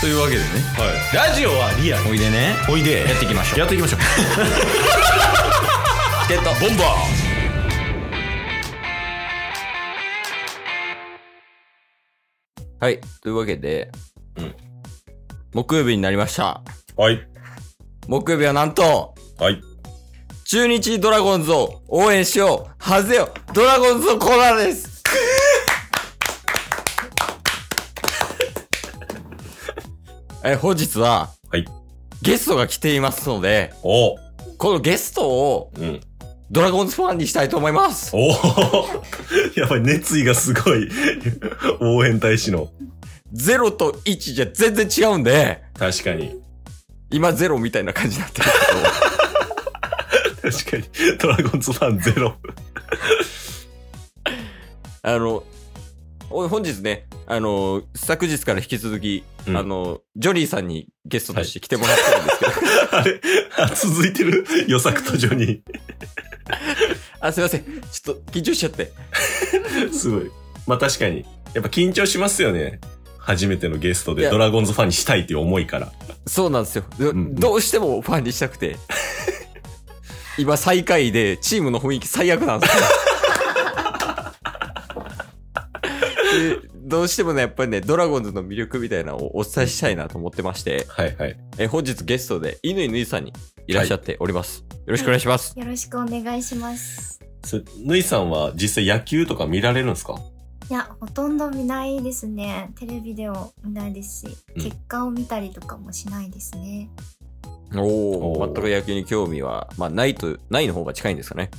というわけでねラジオはリアルおいでねおいでやっていきましょうやっていきましょうチケットボンバーはいというわけで、うん木曜日になりましたはい木曜日はなんとはい中日ドラゴンズを応援しようはぜよドラゴンズのコーナー ですえ本日ははいゲストが来ていますのでおこのゲストをうんドラゴンズファンにしたいと思いますお やばい熱意がすごい応援大使の0と1じゃ全然違うんで確かに今0みたいな感じになって る確かにドラゴンズファンゼロけどあのお本日ねあの昨日から引き続き、うんあのジョリーさんにゲストとして来てもらってるんですけど、あれあ続いてる予作とジョニあ、すいません。ちょっと緊張しちゃって。ー。すごい。まあ確かに。やっぱ緊張しますよね。初めてのゲスいトでやドラゴンズファンにしたいっていう思いから。そうなんですよ。ど,、んうんうしてもファンにしたくて。 今最下位でチームの雰囲気最悪なん ですよ。でどうしてもね、やっぱりね、ドラゴンズの魅力みたいなのをお伝えしたいなと思ってまして、はいはい。え本日ゲストで、乾ぬいさんにいらっしゃっております。よろしくお願いします。よろしくお願いします。そぬいさんは実際野球とか見られるんですかいや、ほとんど見ないですね。テレビでも見ないですし、うん結果を見たりとかもしないですね。おおお、ー全く野球に興味は、まあ、ないと、ないの方が近いんですかね。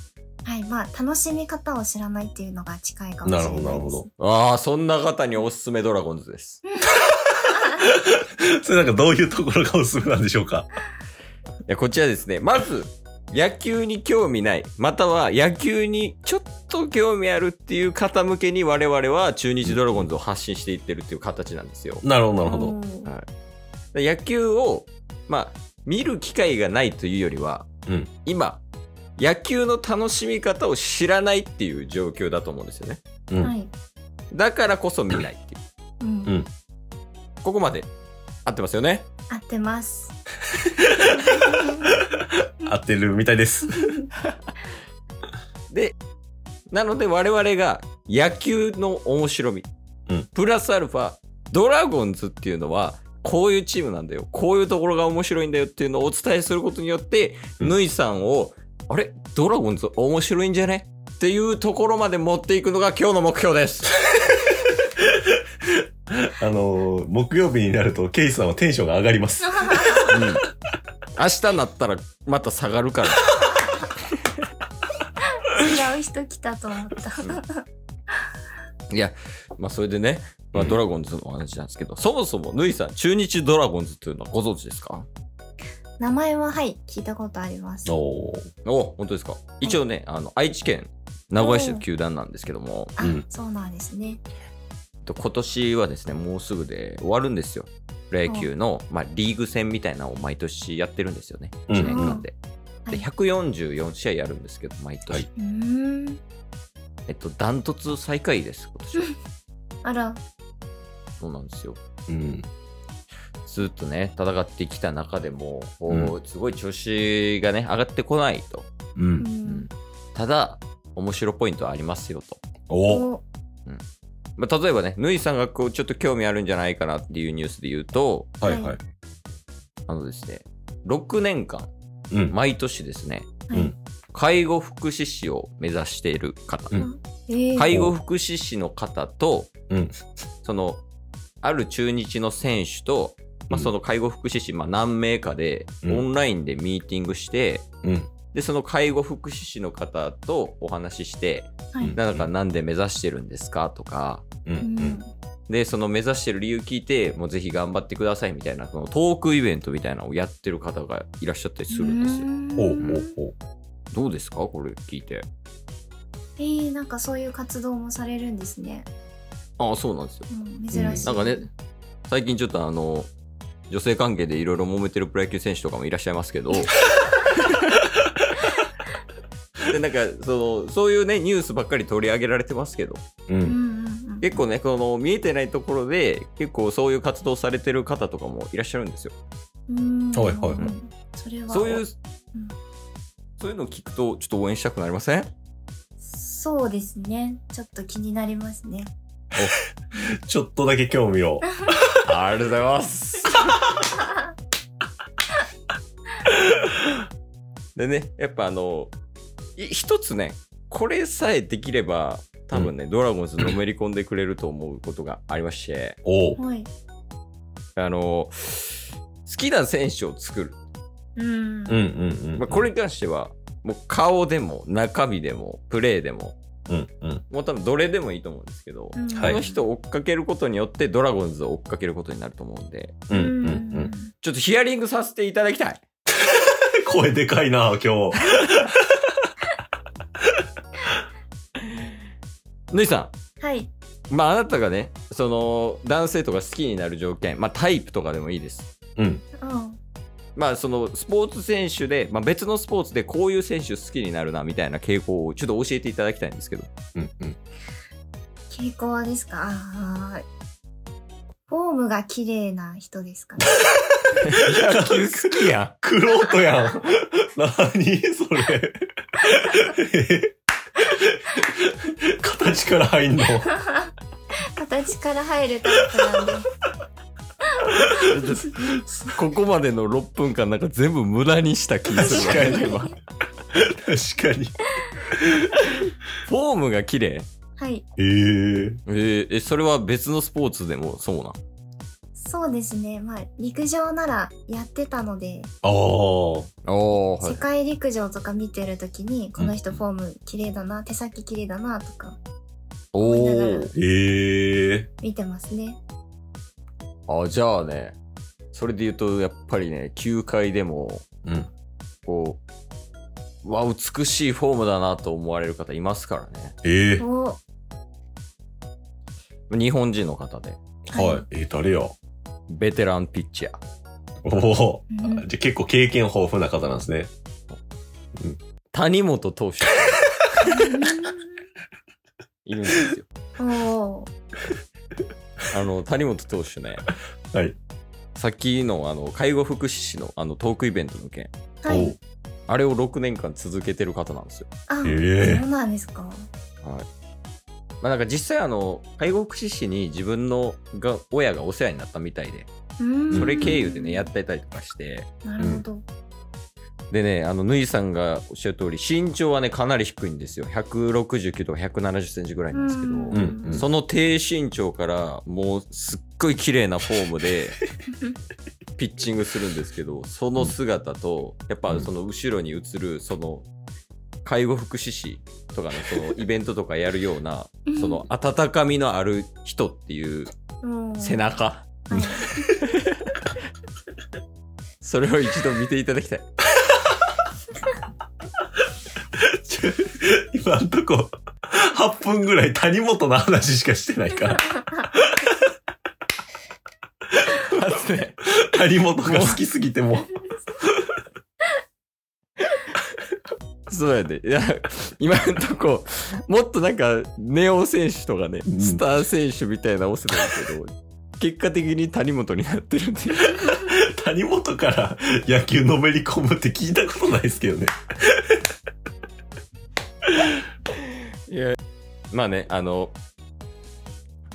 はい、まあ、楽しみ方を知らないっていうのが近いかもしれないです。なるほどなるほどああ、そんな方におすすめドラゴンズです。 それなんかどういうところがおすすめなんでしょうかいやこちらですねまず野球に興味ないまたは野球にちょっと興味あるっていう方向けに我々は中日ドラゴンズを発信していってるっていう形なんですよなるほどなるほど。ど。で野球をまあ見る機会がないというよりは、うん今野球の楽しみ方を知らないっていう状況だと思うんですよねうん。は。はいだからこそ見ないっていううん。うんここまで合ってますよね合っ てます。合ってるみたいです。で、なので我々が野球の面白み、うんプラスアルファ、ドラゴンズっていうのは、こういうチームなんだよ。こういうところが面白いんだよっていうのをお伝えすることによって、うんぬいさんを、あれドラゴンズ面白いんじゃねっていうところまで持っていくのが今日の目標です。あのー木曜日になるとケイさんはテンションが上がりま す。うん明日になったらまた下がるから。違う人来たと思った。いや、まあそれでね、まあ、うんドラゴンズのお話なんですけど、そもそもぬいさん、中日ドラゴンズっていうのはご存知ですか名前ははい、聞いたことあります。おーお本当ですか一応ね、あの愛知県名古屋市の球団なんですけども、あ、うんそうなんですね。えっと今年はですねもうすぐで終わるんですよプロ野球の、まあ、リーグ戦みたいなのを毎年やってるんですよねうん1年間で,、うんでは144試合やるんですけど毎年、はいうーん。えっとダントツ最下位です今年はあら、そうなんですようん。ずっとね戦ってきた中でもこう、うすごい調子がね上がってこないと、う。うんん。ただ面白ポイントはありますよとおーおまあ、例えばね、ぬいさんがこうちょっと興味あるんじゃないかなっていうニュースで言うと、はいはい。あのですね、6年間、うん。毎年ですね、はいうん介護福祉士を目指している方、うんえー、介護福祉士の方と、うんその、ある中日の選手と、まあ、うんその介護福祉士、まあ、何名かで、オうんンラインでミーティングして、うん。で、その介護福祉士の方とお話しして、はい。なんかなんで目指してるんですかとか、うん。ううんん。で、その目指してる理由聞いて、もうぜひ頑張ってくださいみたいな、そのトークイベントみたいなのをやってる方がいらっしゃったりするんですよ。うおーうんおうおうどうですかこれ聞いて。えー、なんかそういう活動もされるんですね。ああ、そうなんですよ。うん、珍しい。なんかね、最近ちょっとあの、女性関係でいろいろ揉めてるプロ野球選手とかもいらっしゃいますけど。で、なんか、その、そういうね、ニュースばっかり取り上げられてますけど、ううんん。うんうん結構ね、この見えてないところで、結構そういう活動されてる方とかもいらっしゃるんですよ。うんはいはいはいそれはそういう、んそういうのを聞くと、ちょっと応援したくなりませんそうですねちょっと気になりますねちょっとだけ興味を。ありがとうございます。でね、やっぱあの、い一つね、これさえできれば、多分ね、ドラゴンズのめり込んでくれると思うことがありまして、おう。はいあの、好きな選手を作る。うんうんうんうん。まあ、これに関しては、もう顔でも、中身でも、プレーでも、うんうん。もう多分どれでもいいと思うんですけど、うんはいこの人を追っかけることによって、ドラゴンズを追っかけることになると思うんで、うんううんんうん。ちょっとヒアリングさせていただきたい。声でかいな、今日。ぬいさん。はいまああなたがねその男性とか好きになる条件まあタイプとかでもいいですうん。うんまあそのスポーツ選手で、まあ、別のスポーツでこういう選手好きになるなみたいな傾向をちょっと教えていただきたいんですけどうんうん。傾向ですかあーフォームが綺麗な人で すかね野球好 きやんくろうとやん。 なにそれ。え 形から入んの。形から入るタイプなんでここまでの6分間なんか全部無駄にした気がする確わ確かに。フォームが綺麗はいえええーえそれは別のスポーツでもそうなんそうですねまあ陸上ならやってたのでああ。ああ世界陸上とか見てるときに、この人フォーム綺麗だな、手先綺麗だなとかお思いながらええ見てますね。おあじゃあねそれで言うとやっぱりね球界でもうん。こう、うわ、美しいフォームだなと思われる方いますからね。ええお日本人の方で、はい。えー誰やおベテランピッチャー。お。いうんじゃあ結構経験豊富な方なんですね。谷本投手。いるん ですよ。 おーあの、谷本投手ね。はい。さっきの、あの、介護福祉士の、あの、トークイベントの件。はい。あれを6年間続けてる方なんですよ。あ、ええそうなんですか。まあ、なんか実際あの、介護福祉士に自分のが、親がお世話になったみたいで、うーんそれ経由でね、やってたりとかして、なるほど。でね、あの、ぬいさんがおっしゃる通り、身長はね、かなり低いんですよ。169とか170センチぐらいなんですけど、うんうんその低身長から、もうすっごい綺麗なフォーム で、ピッチングするんですけど、その姿と、やっぱその後ろに映る、その、介護福祉士とかの、そのイベントとかやるような、その温かみのある人っていううん背。中。はい それを一度見ていただ きたい。ちょ 今んとこ、8分ぐらい谷本の話しかしてない から、まずね谷本が好きすぎてもう、そうやで。いや、今んとこ、もっとなんか、ネオ選手とかね、うんスター選手みたいなオセなんですけど、結果的に谷本になってるんで。谷本から野球のめり込むって聞いたことないですけどね。まあね、あの、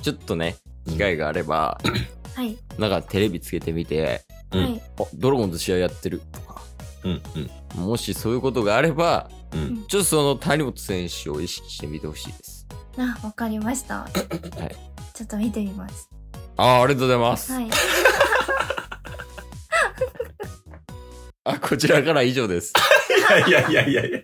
ちょっとね、機会があれば、はい。なんかテレビつけてみて、うはんい。あ、ドラゴンズ試合やってるとか、うん、うん、もしそういうことがあれば、うん。ちょっとその谷本選手を意識してみてほしいです。あ、わかりました。はいちょっと見てみます。あーありがとうございます。はい。あ、こちらから以上です。いやいやいやいや。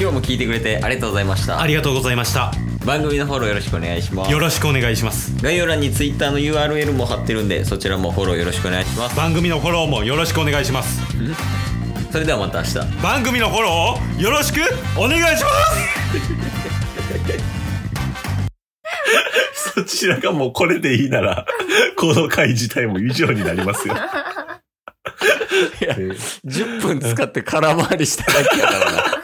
今日も聞いてくれてありがとうございましたあ。りがとうございました。番組のフォローよろしくお願いしますよ。ろしくお願いします。概要欄に Twitter の URL も貼ってるんでそちらもフォローよろしくお願いします番組のフォローもよろしくお願いします。それではまた明日番組のフォローをよろしくお願いします そちらがもうこれでいいなら、この回自体も以上になりますよ。 10分使って空回りしただけやからな